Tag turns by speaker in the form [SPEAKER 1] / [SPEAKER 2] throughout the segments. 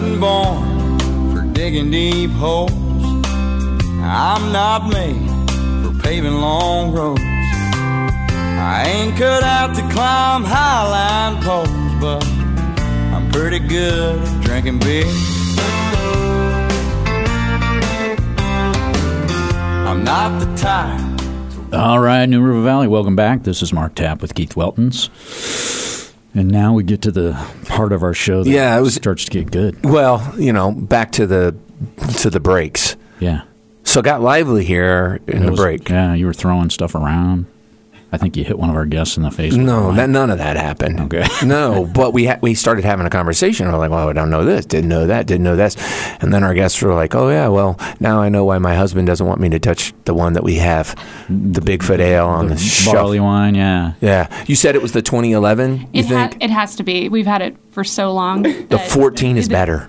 [SPEAKER 1] born for digging deep holes. I'm not made for paving long roads. I ain't cut out to climb high line poles, but I'm pretty good at drinking beer. I'm not the type.
[SPEAKER 2] All right, New River Valley, welcome back. This is Mark Tapp with Keith Weltons. And now we get to the part of our show that
[SPEAKER 3] Yeah, it was-
[SPEAKER 2] starts to get good.
[SPEAKER 3] Well, you know, back to the to the breaks.
[SPEAKER 2] Yeah.
[SPEAKER 3] So got lively here in
[SPEAKER 2] It
[SPEAKER 3] the
[SPEAKER 2] was-
[SPEAKER 3] break.
[SPEAKER 2] Yeah, you were throwing stuff around. I think you hit one of our guests in the face. with
[SPEAKER 3] No,
[SPEAKER 2] one.
[SPEAKER 3] that, none of that happened.
[SPEAKER 2] Okay.
[SPEAKER 3] no, but we ha- we started having a conversation. We're like, well, I don't know this, didn't know that, didn't know this, and then our guests were like, oh yeah, well now I know why my husband doesn't want me to touch the one that we have, the Bigfoot Ale on the, shelf.
[SPEAKER 2] barley wine. Yeah.
[SPEAKER 3] Yeah, you said it was the 2011. You
[SPEAKER 4] It, ha-
[SPEAKER 3] think
[SPEAKER 4] it has to be. We've had it for so long.
[SPEAKER 3] the
[SPEAKER 4] that-
[SPEAKER 3] 14 is better?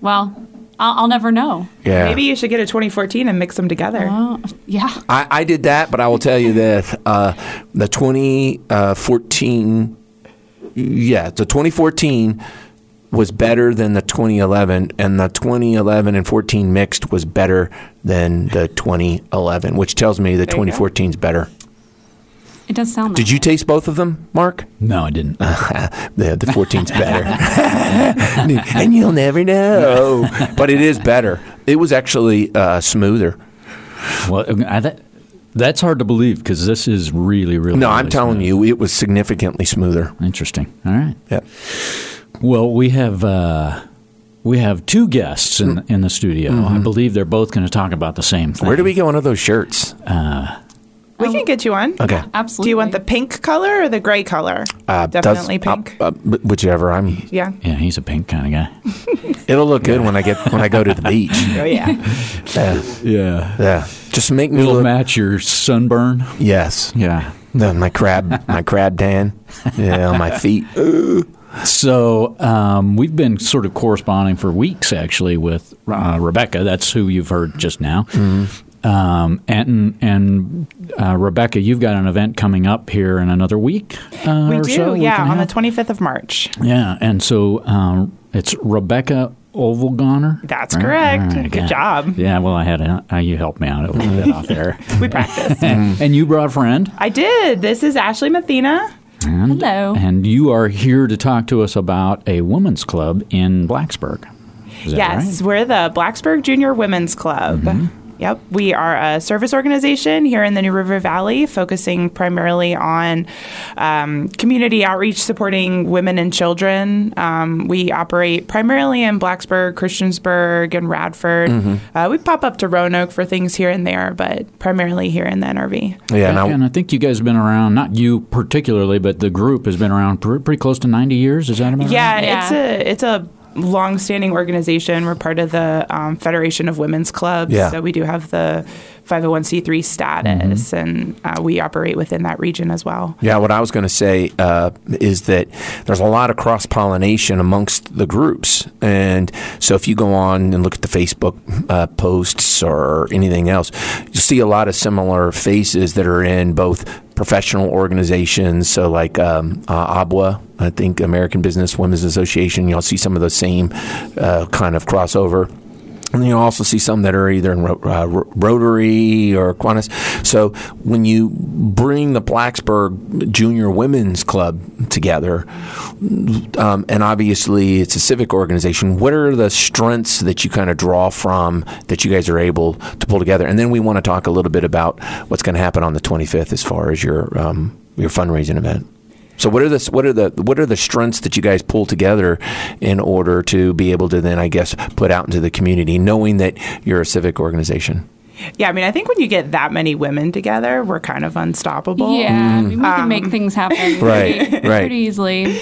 [SPEAKER 4] Well, I'll, I'll never know.
[SPEAKER 3] Yeah.
[SPEAKER 5] Maybe you should get a 2014 and mix them together.
[SPEAKER 4] Oh, yeah.
[SPEAKER 3] I, I did that, but I will tell you this: uh, the 2014, yeah, the 2014 was better than the 2011, and the 2011 and 14 mixed was better than the 2011, which tells me the 2014 is better.
[SPEAKER 4] It does sound.
[SPEAKER 3] Did
[SPEAKER 4] that
[SPEAKER 3] you
[SPEAKER 4] way.
[SPEAKER 3] taste both of them, Mark?
[SPEAKER 2] No, I didn't.
[SPEAKER 3] the the 14's better. and you'll never know. But it is better. It was actually uh, smoother.
[SPEAKER 2] well, I, that, that's hard to believe because this is really, really.
[SPEAKER 3] No, I'm
[SPEAKER 2] really
[SPEAKER 3] telling
[SPEAKER 2] smooth.
[SPEAKER 3] you, it was significantly smoother.
[SPEAKER 2] Interesting. All right.
[SPEAKER 3] Yeah.
[SPEAKER 2] Well, we have uh, we have two guests in in the studio. I believe they're both going to talk about the same thing.
[SPEAKER 3] Mm-hmm. Where do we get one of those shirts?
[SPEAKER 5] We can get you one.
[SPEAKER 3] Okay.
[SPEAKER 4] Absolutely.
[SPEAKER 5] Do you want the pink color or the gray color?
[SPEAKER 3] Uh, does-
[SPEAKER 5] Definitely
[SPEAKER 3] uh,
[SPEAKER 5] pink.
[SPEAKER 3] uh, b- whichever. I'm.
[SPEAKER 5] yeah.
[SPEAKER 2] Yeah, he's a pink kind of guy.
[SPEAKER 3] It'll look good when I get when I go to the beach.
[SPEAKER 5] Oh yeah.
[SPEAKER 3] Yeah.
[SPEAKER 2] Yeah.
[SPEAKER 3] yeah. Just make me
[SPEAKER 2] It'll
[SPEAKER 3] look.
[SPEAKER 2] match your sunburn.
[SPEAKER 3] Yes.
[SPEAKER 2] Yeah.
[SPEAKER 3] The- my crab. My crab tan. Yeah. On my feet.
[SPEAKER 2] So um, we've been sort of corresponding for weeks, actually, with uh, Rebecca. That's who you've heard just now. Um, and and uh, Rebecca, you've got an event coming up here in another week. Uh,
[SPEAKER 5] We
[SPEAKER 2] or
[SPEAKER 5] do.
[SPEAKER 2] so, week
[SPEAKER 5] yeah.
[SPEAKER 2] and a
[SPEAKER 5] On the
[SPEAKER 2] half.
[SPEAKER 5] 25th of March.
[SPEAKER 2] Yeah, and so um, it's Rebecca Ovalgoner.
[SPEAKER 5] That's correct.
[SPEAKER 2] All right,
[SPEAKER 5] Good
[SPEAKER 2] yeah.
[SPEAKER 5] job.
[SPEAKER 2] Yeah, well, I had a, uh, you helped me out a little bit off there,
[SPEAKER 5] We practiced.
[SPEAKER 2] and you brought a friend,
[SPEAKER 5] I did. This is Ashley Mathena.
[SPEAKER 2] and,
[SPEAKER 4] Hello.
[SPEAKER 2] and you are here to talk to us about a women's club in Blacksburg. Is that
[SPEAKER 5] Yes,
[SPEAKER 2] right? Mm-hmm.
[SPEAKER 5] we're the Blacksburg Junior Women's Club. Yep, we are a service organization here in the New River Valley, focusing primarily on um, community outreach, supporting women and children. Um, we operate primarily in Blacksburg, Christiansburg, and Radford.
[SPEAKER 2] Mm-hmm.
[SPEAKER 5] Uh, we pop up to Roanoke for things here and there, but primarily here in the NRV.
[SPEAKER 3] Yeah. And
[SPEAKER 2] and
[SPEAKER 3] I,
[SPEAKER 2] I think you guys have been around, not you particularly, but the group has been around pr- pretty close to 90 years. Is that about right?
[SPEAKER 5] Yeah,
[SPEAKER 4] Yeah.
[SPEAKER 5] it's a it's a long-standing organization. We're part of the um, Federation of Women's Clubs,
[SPEAKER 3] Yeah.
[SPEAKER 5] so we do have the 501c3 status, and uh, we operate within that region as well.
[SPEAKER 3] yeah. What I was going to say uh, is that there's a lot of cross pollination amongst the groups, and so if you go on and look at the Facebook uh, posts or anything else, you see a lot of similar faces that are in both professional organizations. So, like um, uh, ABWA, I think American Business Women's Association, you'll see some of those same uh, kind of crossover. And you also see some that are either in Ro- uh, Ro- Rotary or Qantas. So when you bring the Blacksburg Junior Women's Club together, um, and obviously it's a civic organization. What are the strengths that you kind of draw from that you guys are able to pull together? And then we want to talk a little bit about what's going to happen on the 25th as far as your um, your fundraising event. So what are the what are the what are the strengths that you guys pull together in order to be able to then I guess put out into the community, knowing that you're a civic organization?
[SPEAKER 5] Yeah, I mean, I think when you get that many women together, we're kind of unstoppable.
[SPEAKER 4] Yeah, I mean, we
[SPEAKER 5] Mm.
[SPEAKER 4] can make things happen
[SPEAKER 3] Right,
[SPEAKER 4] pretty,
[SPEAKER 3] right.
[SPEAKER 4] pretty easily.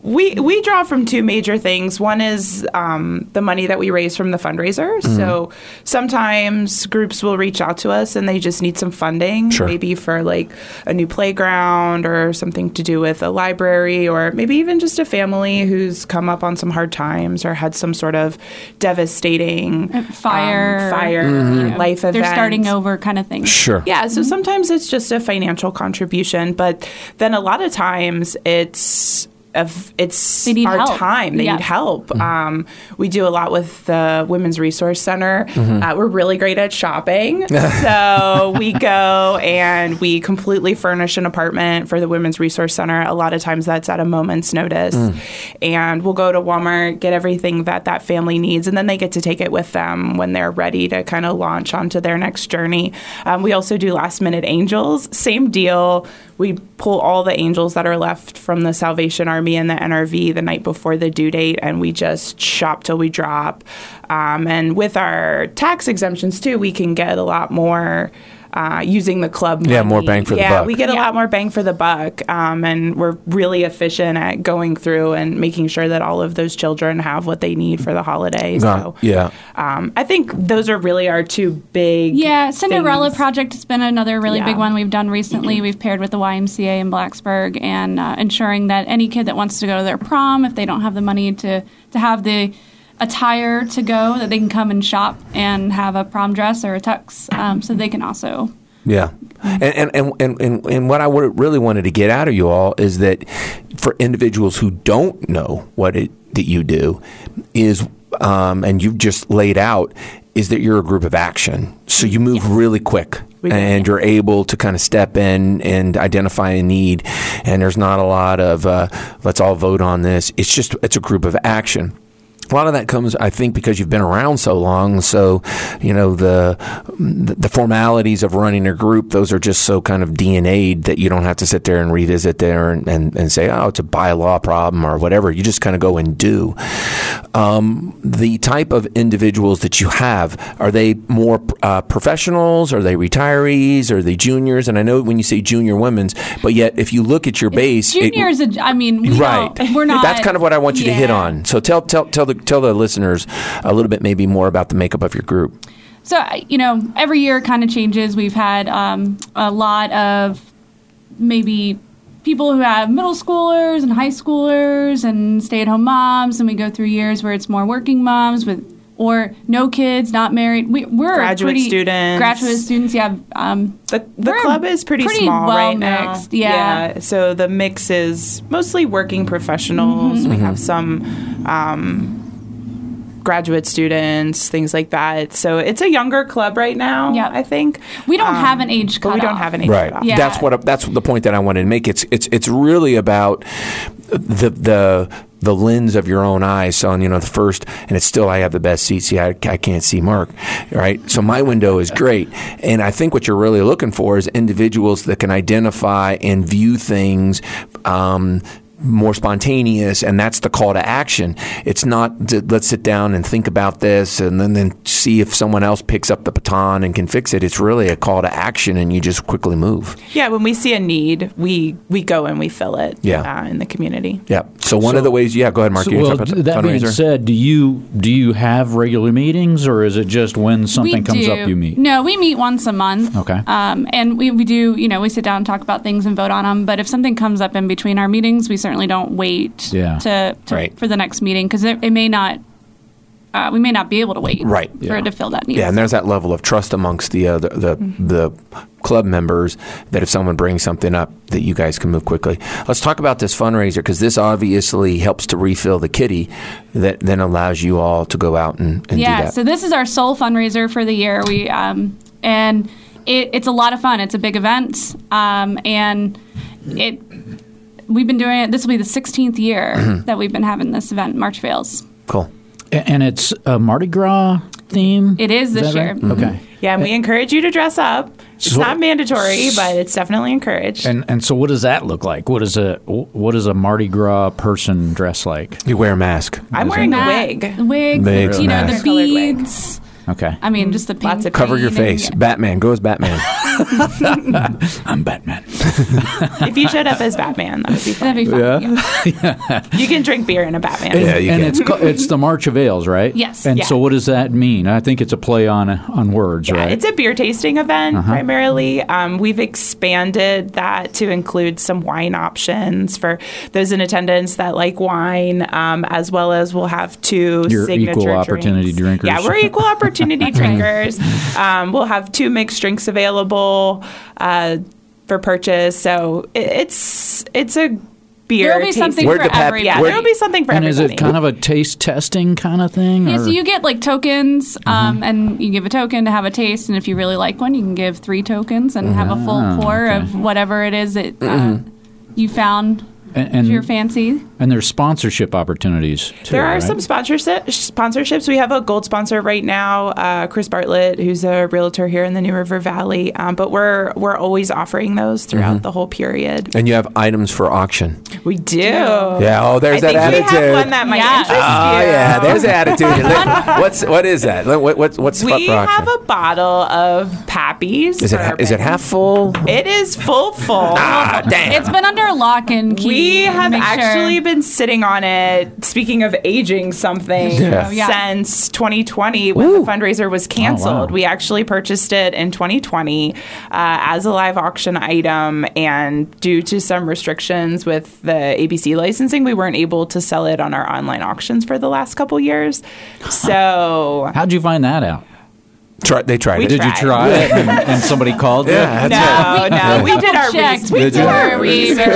[SPEAKER 5] we we draw from two major things. One is um, the money that we raise from the fundraiser. So sometimes groups will reach out to us and they just need some funding,
[SPEAKER 3] Sure.
[SPEAKER 5] maybe for like a new playground or something to do with a library, or maybe even just a family who's come up on some hard times or had some sort of devastating um,
[SPEAKER 4] Uh, Fire.
[SPEAKER 5] fire,
[SPEAKER 4] you know,
[SPEAKER 5] life
[SPEAKER 4] They're
[SPEAKER 5] event.
[SPEAKER 4] starting over, Mm-hmm. kind of thing.
[SPEAKER 3] Sure.
[SPEAKER 5] Yeah, so sometimes it's just a financial contribution, but then a lot of times it's of it's
[SPEAKER 4] They need
[SPEAKER 5] our
[SPEAKER 4] help.
[SPEAKER 5] time. They
[SPEAKER 4] Yeah.
[SPEAKER 5] need help. Um, we do a lot with the Women's Resource Center. Uh, we're really great at shopping, so we go and we completely furnish an apartment for the Women's Resource Center. A lot of times that's at a moment's notice, and we'll go to Walmart, get everything that that family needs, and then they get to take it with them when they're ready to kind of launch onto their next journey. Um, we also do last minute angels. Same deal. We pull all the angels that are left from the Salvation Army and the NRV the night before the due date, and we just shop till we drop. Um, and with our tax exemptions too, we can get a lot more. Uh, using the club money.
[SPEAKER 3] Yeah, more bang for the
[SPEAKER 5] Yeah,
[SPEAKER 3] buck.
[SPEAKER 5] we get a
[SPEAKER 4] Yeah.
[SPEAKER 5] lot more bang for the buck, um, and we're really efficient at going through and making sure that all of those children have what they need for the holiday.
[SPEAKER 3] Uh,
[SPEAKER 5] so,
[SPEAKER 3] yeah.
[SPEAKER 5] um, I think those are really our two big.
[SPEAKER 4] Yeah, Cinderella
[SPEAKER 5] things.
[SPEAKER 4] Project has been another really
[SPEAKER 5] Yeah.
[SPEAKER 4] big one we've done recently. We've paired with the YMCA in Blacksburg and uh, ensuring that any kid that wants to go to their prom, if they don't have the money to, to have the attire to go, that they can come and shop and have a prom dress or a tux um, so they can also.
[SPEAKER 3] Yeah, and and, and, and, and and what I would really wanted to get out of you all is that for individuals who don't know what it that you do is, um, and you've just laid out is that you're a group of action, so you move really quick.
[SPEAKER 5] We do,
[SPEAKER 3] and you're able to kind of step in and identify a need, and there's not a lot of uh, let's all vote on this. It's just it's a group of action a lot of that comes, I think, because you've been around so long. So, you know, the the formalities of running a group, those are just so kind of DNA'd that you don't have to sit there and revisit there and, and, and say, oh, it's a bylaw problem or whatever. You just kind of go and do. Um, the type of individuals that you have, are they more uh, professionals? Are they retirees? Are they juniors? And I know when you say junior women's, but yet if you look at your base, it-
[SPEAKER 4] Juniors, it, I mean, we
[SPEAKER 3] right.
[SPEAKER 4] don't- we're not.
[SPEAKER 3] That's kind of what I want you to hit
[SPEAKER 4] Yeah.
[SPEAKER 3] on. So tell tell tell the tell the listeners a little bit maybe more about the makeup of your group.
[SPEAKER 4] So, I- you know, every year kind of changes. We've had um, a lot of maybe people who have middle schoolers and high schoolers and stay at home moms. And we go through years where it's more working moms with. Or no kids, not married. We, we're a
[SPEAKER 5] Graduate
[SPEAKER 4] pretty-
[SPEAKER 5] students.
[SPEAKER 4] Graduate students, yeah. Um,
[SPEAKER 5] The, the
[SPEAKER 4] We're
[SPEAKER 5] club is pretty,
[SPEAKER 4] pretty
[SPEAKER 5] small
[SPEAKER 4] well
[SPEAKER 5] right
[SPEAKER 4] mixed,
[SPEAKER 5] now.
[SPEAKER 4] yeah.
[SPEAKER 5] So the mix is mostly working professionals. We have some um, graduate students, things like that. So it's a younger club right now,
[SPEAKER 4] Yep.
[SPEAKER 5] I think.
[SPEAKER 4] we don't
[SPEAKER 5] Um,
[SPEAKER 4] have an age
[SPEAKER 5] But
[SPEAKER 4] cutoff.
[SPEAKER 5] we don't have an age cutoff.
[SPEAKER 4] Yeah.
[SPEAKER 3] That's what that's the point that I wanted to make. It's it's it's really about the the the lens of your own eyes. So on, you know the first, and it's still I have the best seat. See, I, I can't see Mark, right? So my window is great, and I think what you're really looking for is individuals that can identify and view things. Um, more spontaneous, and that's the call to action. It's not th- let's sit down and think about this, and then then see if someone else picks up the baton and can fix it. It's really a call to action, and you just quickly move.
[SPEAKER 5] Yeah, when we see a need, we, we go and we fill it
[SPEAKER 3] Yeah.
[SPEAKER 5] uh, in the community.
[SPEAKER 3] Yeah. So one of the ways, yeah, go ahead, Mark.
[SPEAKER 2] So,
[SPEAKER 3] you were
[SPEAKER 2] well,
[SPEAKER 3] talking about
[SPEAKER 2] that
[SPEAKER 3] the
[SPEAKER 2] being
[SPEAKER 3] fundraiser?
[SPEAKER 2] said, do you do you have regular meetings, or is it just when something comes
[SPEAKER 4] do.
[SPEAKER 2] up you meet?
[SPEAKER 4] No, we meet once a month.
[SPEAKER 2] Okay.
[SPEAKER 4] Um, and we, we do, you know, we sit down and talk about things and vote on them. But if something comes up in between our meetings, we certainly don't wait
[SPEAKER 2] Yeah.
[SPEAKER 4] to, to
[SPEAKER 3] Right.
[SPEAKER 4] for the next meeting because it, it may not, uh, we may not be able to wait
[SPEAKER 3] Right.
[SPEAKER 4] for it to fill that need.
[SPEAKER 3] Yeah, and there's that level of trust amongst the uh, the, the, the club members that if someone brings something up, that you guys can move quickly. Let's talk about this fundraiser because this obviously helps to refill the kitty, that then allows you all to go out and, and do
[SPEAKER 4] yeah
[SPEAKER 3] that.
[SPEAKER 4] so this is our sole fundraiser for the year we um, and it, it's a lot of fun it's a big event um, and it we've been doing it this will be the 16th year that we've been having this event march fails
[SPEAKER 3] cool.
[SPEAKER 2] A- And it's a Mardi Gras theme.
[SPEAKER 4] It is this
[SPEAKER 2] that
[SPEAKER 4] year.
[SPEAKER 2] right? Okay.
[SPEAKER 5] Yeah, and we encourage you to dress up. It's
[SPEAKER 2] So-
[SPEAKER 5] not mandatory, but it's definitely encouraged.
[SPEAKER 2] And and so, what does that look like? What is a what does a Mardi Gras person dress like?
[SPEAKER 3] You wear a mask.
[SPEAKER 5] I'm wearing a
[SPEAKER 4] That-
[SPEAKER 5] wig.
[SPEAKER 4] wigs
[SPEAKER 3] Wigs,
[SPEAKER 4] you know
[SPEAKER 3] masks.
[SPEAKER 4] the
[SPEAKER 5] Colored wig.
[SPEAKER 4] beads
[SPEAKER 2] Okay,
[SPEAKER 4] i mean just the pink
[SPEAKER 5] Mm. Lots of
[SPEAKER 3] Cover your
[SPEAKER 4] green and-
[SPEAKER 3] face. Batman. Go as Batman.
[SPEAKER 2] I'm Batman.
[SPEAKER 5] if you showed up as Batman, that would be fun.
[SPEAKER 4] That'd be fun. Yeah.
[SPEAKER 5] You can drink beer in a Batman.
[SPEAKER 3] Yeah, you
[SPEAKER 2] and
[SPEAKER 3] can.
[SPEAKER 2] it's co- it's the March of Ales, right?
[SPEAKER 4] Yes.
[SPEAKER 2] And
[SPEAKER 5] Yeah.
[SPEAKER 2] so, what does that mean? I think it's a play on on words,
[SPEAKER 5] Yeah,
[SPEAKER 2] right? Uh-huh.
[SPEAKER 5] It's a beer tasting event primarily. Um, we've expanded that to include some wine options for those in attendance that like wine, um, as well as we'll have 2
[SPEAKER 2] You're
[SPEAKER 5] signature
[SPEAKER 2] equal
[SPEAKER 5] drinks.
[SPEAKER 2] opportunity drinkers.
[SPEAKER 5] Yeah, we're equal opportunity drinkers. Um, we'll have two mixed drinks available uh, for purchase. So it, it's it's a beer.
[SPEAKER 4] There'll be
[SPEAKER 5] tasting.
[SPEAKER 4] something
[SPEAKER 3] Where'd
[SPEAKER 4] for
[SPEAKER 3] the pap-
[SPEAKER 4] everybody.
[SPEAKER 5] Yeah,
[SPEAKER 3] Where-
[SPEAKER 5] there'll be something for
[SPEAKER 2] and is
[SPEAKER 5] everybody.
[SPEAKER 2] it kind of a taste testing kind of thing?
[SPEAKER 4] Yeah,
[SPEAKER 2] or-
[SPEAKER 4] so you get like tokens, um, and you give a token to have a taste, and if you really like one, you can give three tokens and have a full pour of whatever it is that uh,
[SPEAKER 5] Mm-hmm.
[SPEAKER 4] you found
[SPEAKER 2] and,
[SPEAKER 4] to
[SPEAKER 2] and-
[SPEAKER 4] your fancy.
[SPEAKER 2] and there's sponsorship opportunities. Too,
[SPEAKER 5] There are
[SPEAKER 2] right?
[SPEAKER 5] some sponsorship, sponsorships. We have a gold sponsor right now, uh, Chris Bartlett, who's a realtor here in the New River Valley. Um, but we're we're always offering those throughout
[SPEAKER 3] Mm-hmm.
[SPEAKER 5] the whole period.
[SPEAKER 3] And you have items for auction.
[SPEAKER 5] We do.
[SPEAKER 3] Yeah. Oh,
[SPEAKER 5] I
[SPEAKER 3] there's
[SPEAKER 5] think
[SPEAKER 3] that
[SPEAKER 5] we
[SPEAKER 3] attitude.
[SPEAKER 5] have one that might
[SPEAKER 4] Yeah.
[SPEAKER 5] interest you.
[SPEAKER 3] oh yeah, there's the attitude. Let- what's what is that? Let- What, what what's up
[SPEAKER 5] we
[SPEAKER 3] for auction?
[SPEAKER 5] have a bottle of Pappy's.
[SPEAKER 3] is it ha- is it
[SPEAKER 5] bourbon.
[SPEAKER 3] half full?
[SPEAKER 5] It is full full.
[SPEAKER 3] Ah, damn.
[SPEAKER 4] It's been under lock and key.
[SPEAKER 5] We have
[SPEAKER 4] Make sure.
[SPEAKER 5] actually been sitting on it. Speaking of aging something,
[SPEAKER 3] Yeah.
[SPEAKER 4] Oh, yeah.
[SPEAKER 5] since 2020, when
[SPEAKER 3] Woo.
[SPEAKER 5] the fundraiser was canceled,
[SPEAKER 2] wow.
[SPEAKER 5] we actually purchased it in 2020 uh, as a live auction item. And due to some restrictions with the ABC licensing, we weren't able to sell it on our online auctions for the last couple years. So.
[SPEAKER 2] How'd you find that out?
[SPEAKER 3] Try, they tried
[SPEAKER 5] We
[SPEAKER 3] it.
[SPEAKER 2] Did you
[SPEAKER 5] Tried.
[SPEAKER 2] try it and, and somebody called
[SPEAKER 3] Yeah.
[SPEAKER 2] you?
[SPEAKER 5] No, no, we did our
[SPEAKER 4] Double-checked.
[SPEAKER 5] research.
[SPEAKER 4] We
[SPEAKER 3] Did
[SPEAKER 4] did
[SPEAKER 3] you?
[SPEAKER 4] our research.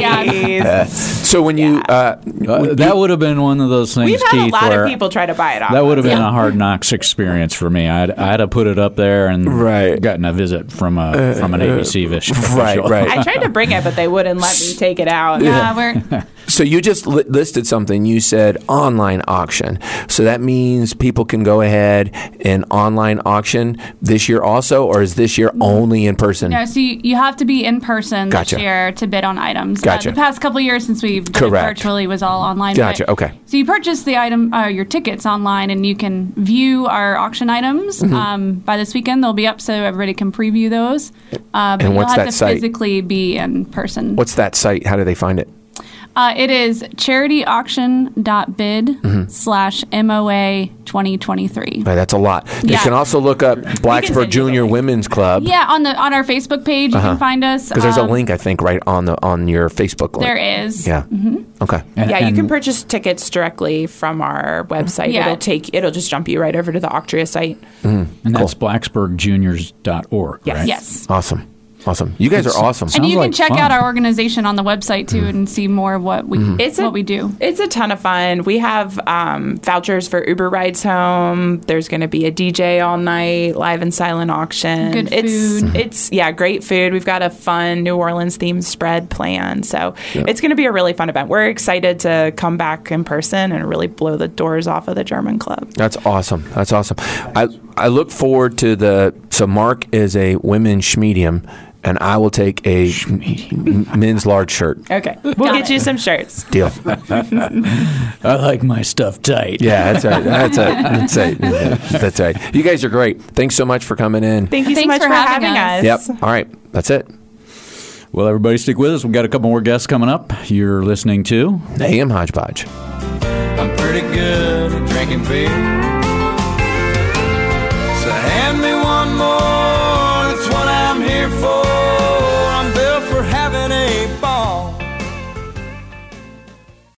[SPEAKER 4] Yeah.
[SPEAKER 5] Please.
[SPEAKER 3] So when you uh,
[SPEAKER 2] Uh, that would have been one of those things,
[SPEAKER 5] We've had
[SPEAKER 2] Keith,
[SPEAKER 5] a lot
[SPEAKER 2] where
[SPEAKER 5] of people try to buy it off.
[SPEAKER 2] that would have
[SPEAKER 5] us.
[SPEAKER 2] been a hard knocks experience for me. I'd, I'd have put it up there and
[SPEAKER 3] Right.
[SPEAKER 2] gotten a visit from a from an ABC vish.
[SPEAKER 3] right right.
[SPEAKER 5] I tried to bring it, but they wouldn't let me take it out.
[SPEAKER 4] Yeah, we're
[SPEAKER 3] So you just li- listed something. You said online auction. So that means people can go ahead and online auction this year also, or is this year only in person?
[SPEAKER 4] no, so you, you have to be in person
[SPEAKER 3] Gotcha.
[SPEAKER 4] this year to bid on items. Uh,
[SPEAKER 3] Gotcha.
[SPEAKER 4] the past couple years since we've done it
[SPEAKER 3] Correct.
[SPEAKER 4] virtually was all online.
[SPEAKER 3] Gotcha,
[SPEAKER 4] but-
[SPEAKER 3] okay.
[SPEAKER 4] So you purchase the item, uh, your tickets online, and you can view our auction items.
[SPEAKER 3] Mm-hmm.
[SPEAKER 4] Um, by this weekend, they'll be up, so everybody can preview those. Uh, but
[SPEAKER 3] And what's
[SPEAKER 4] you'll have
[SPEAKER 3] that
[SPEAKER 4] to
[SPEAKER 3] site?
[SPEAKER 4] physically be in person.
[SPEAKER 3] What's that site? How do they find it?
[SPEAKER 4] Uh, it is charityauction.bid
[SPEAKER 3] Mm-hmm.
[SPEAKER 4] slash MOA 2023.
[SPEAKER 3] Boy, that's a lot. You
[SPEAKER 4] Yeah.
[SPEAKER 3] can also look up Blacksburg
[SPEAKER 5] send you the
[SPEAKER 3] Junior Women's Club because
[SPEAKER 4] Yeah, on the on our Facebook page, you can find us.
[SPEAKER 3] Uh-huh. there's
[SPEAKER 4] Um,
[SPEAKER 3] a link I think right on the on your Facebook link.
[SPEAKER 4] There is.
[SPEAKER 3] Yeah. Okay.
[SPEAKER 5] Yeah, you can purchase tickets directly from our website.
[SPEAKER 4] Yeah.
[SPEAKER 5] It'll take it'll just jump you right over to the Octria site.
[SPEAKER 2] And that's blacksburgjuniors.org,
[SPEAKER 5] Yes.
[SPEAKER 2] right?
[SPEAKER 4] Yes.
[SPEAKER 3] Awesome. Awesome. You guys are awesome.
[SPEAKER 4] And
[SPEAKER 2] Sounds
[SPEAKER 4] you can
[SPEAKER 2] like
[SPEAKER 4] check
[SPEAKER 2] fun. Mm-hmm.
[SPEAKER 4] out our organization on the website too and see more of what we
[SPEAKER 5] It's a-
[SPEAKER 4] what we do.
[SPEAKER 5] It's a ton of fun. We have um, vouchers for Uber rides home. There's going to be a DJ all night, live and silent auction.
[SPEAKER 4] Good
[SPEAKER 5] it's
[SPEAKER 4] food.
[SPEAKER 5] it's yeah, great food. We've got a fun New Orleans themed spread plan. So it's going to be a really fun event. We're excited to come back in person and really blow the doors off of the German Club.
[SPEAKER 3] That's awesome. That's awesome. I I look forward to the so Mark is a women's schmedium, and I will take a m- men's large shirt
[SPEAKER 5] Okay, we'll get
[SPEAKER 4] it.
[SPEAKER 5] you some shirts.
[SPEAKER 3] deal.
[SPEAKER 2] I like my stuff tight.
[SPEAKER 3] Yeah, that's right. That's right. That's right. That's right. You guys are great. Thanks so much for coming in.
[SPEAKER 5] Thank you so
[SPEAKER 4] Thanks
[SPEAKER 5] much for,
[SPEAKER 4] for having
[SPEAKER 5] having us.
[SPEAKER 3] Yep. All right. That's it.
[SPEAKER 2] Well, everybody, stick with us. We've got a couple more guests coming up. You're listening to
[SPEAKER 3] AM hodgepodge.
[SPEAKER 1] I'm pretty good at drinking beer. So hand me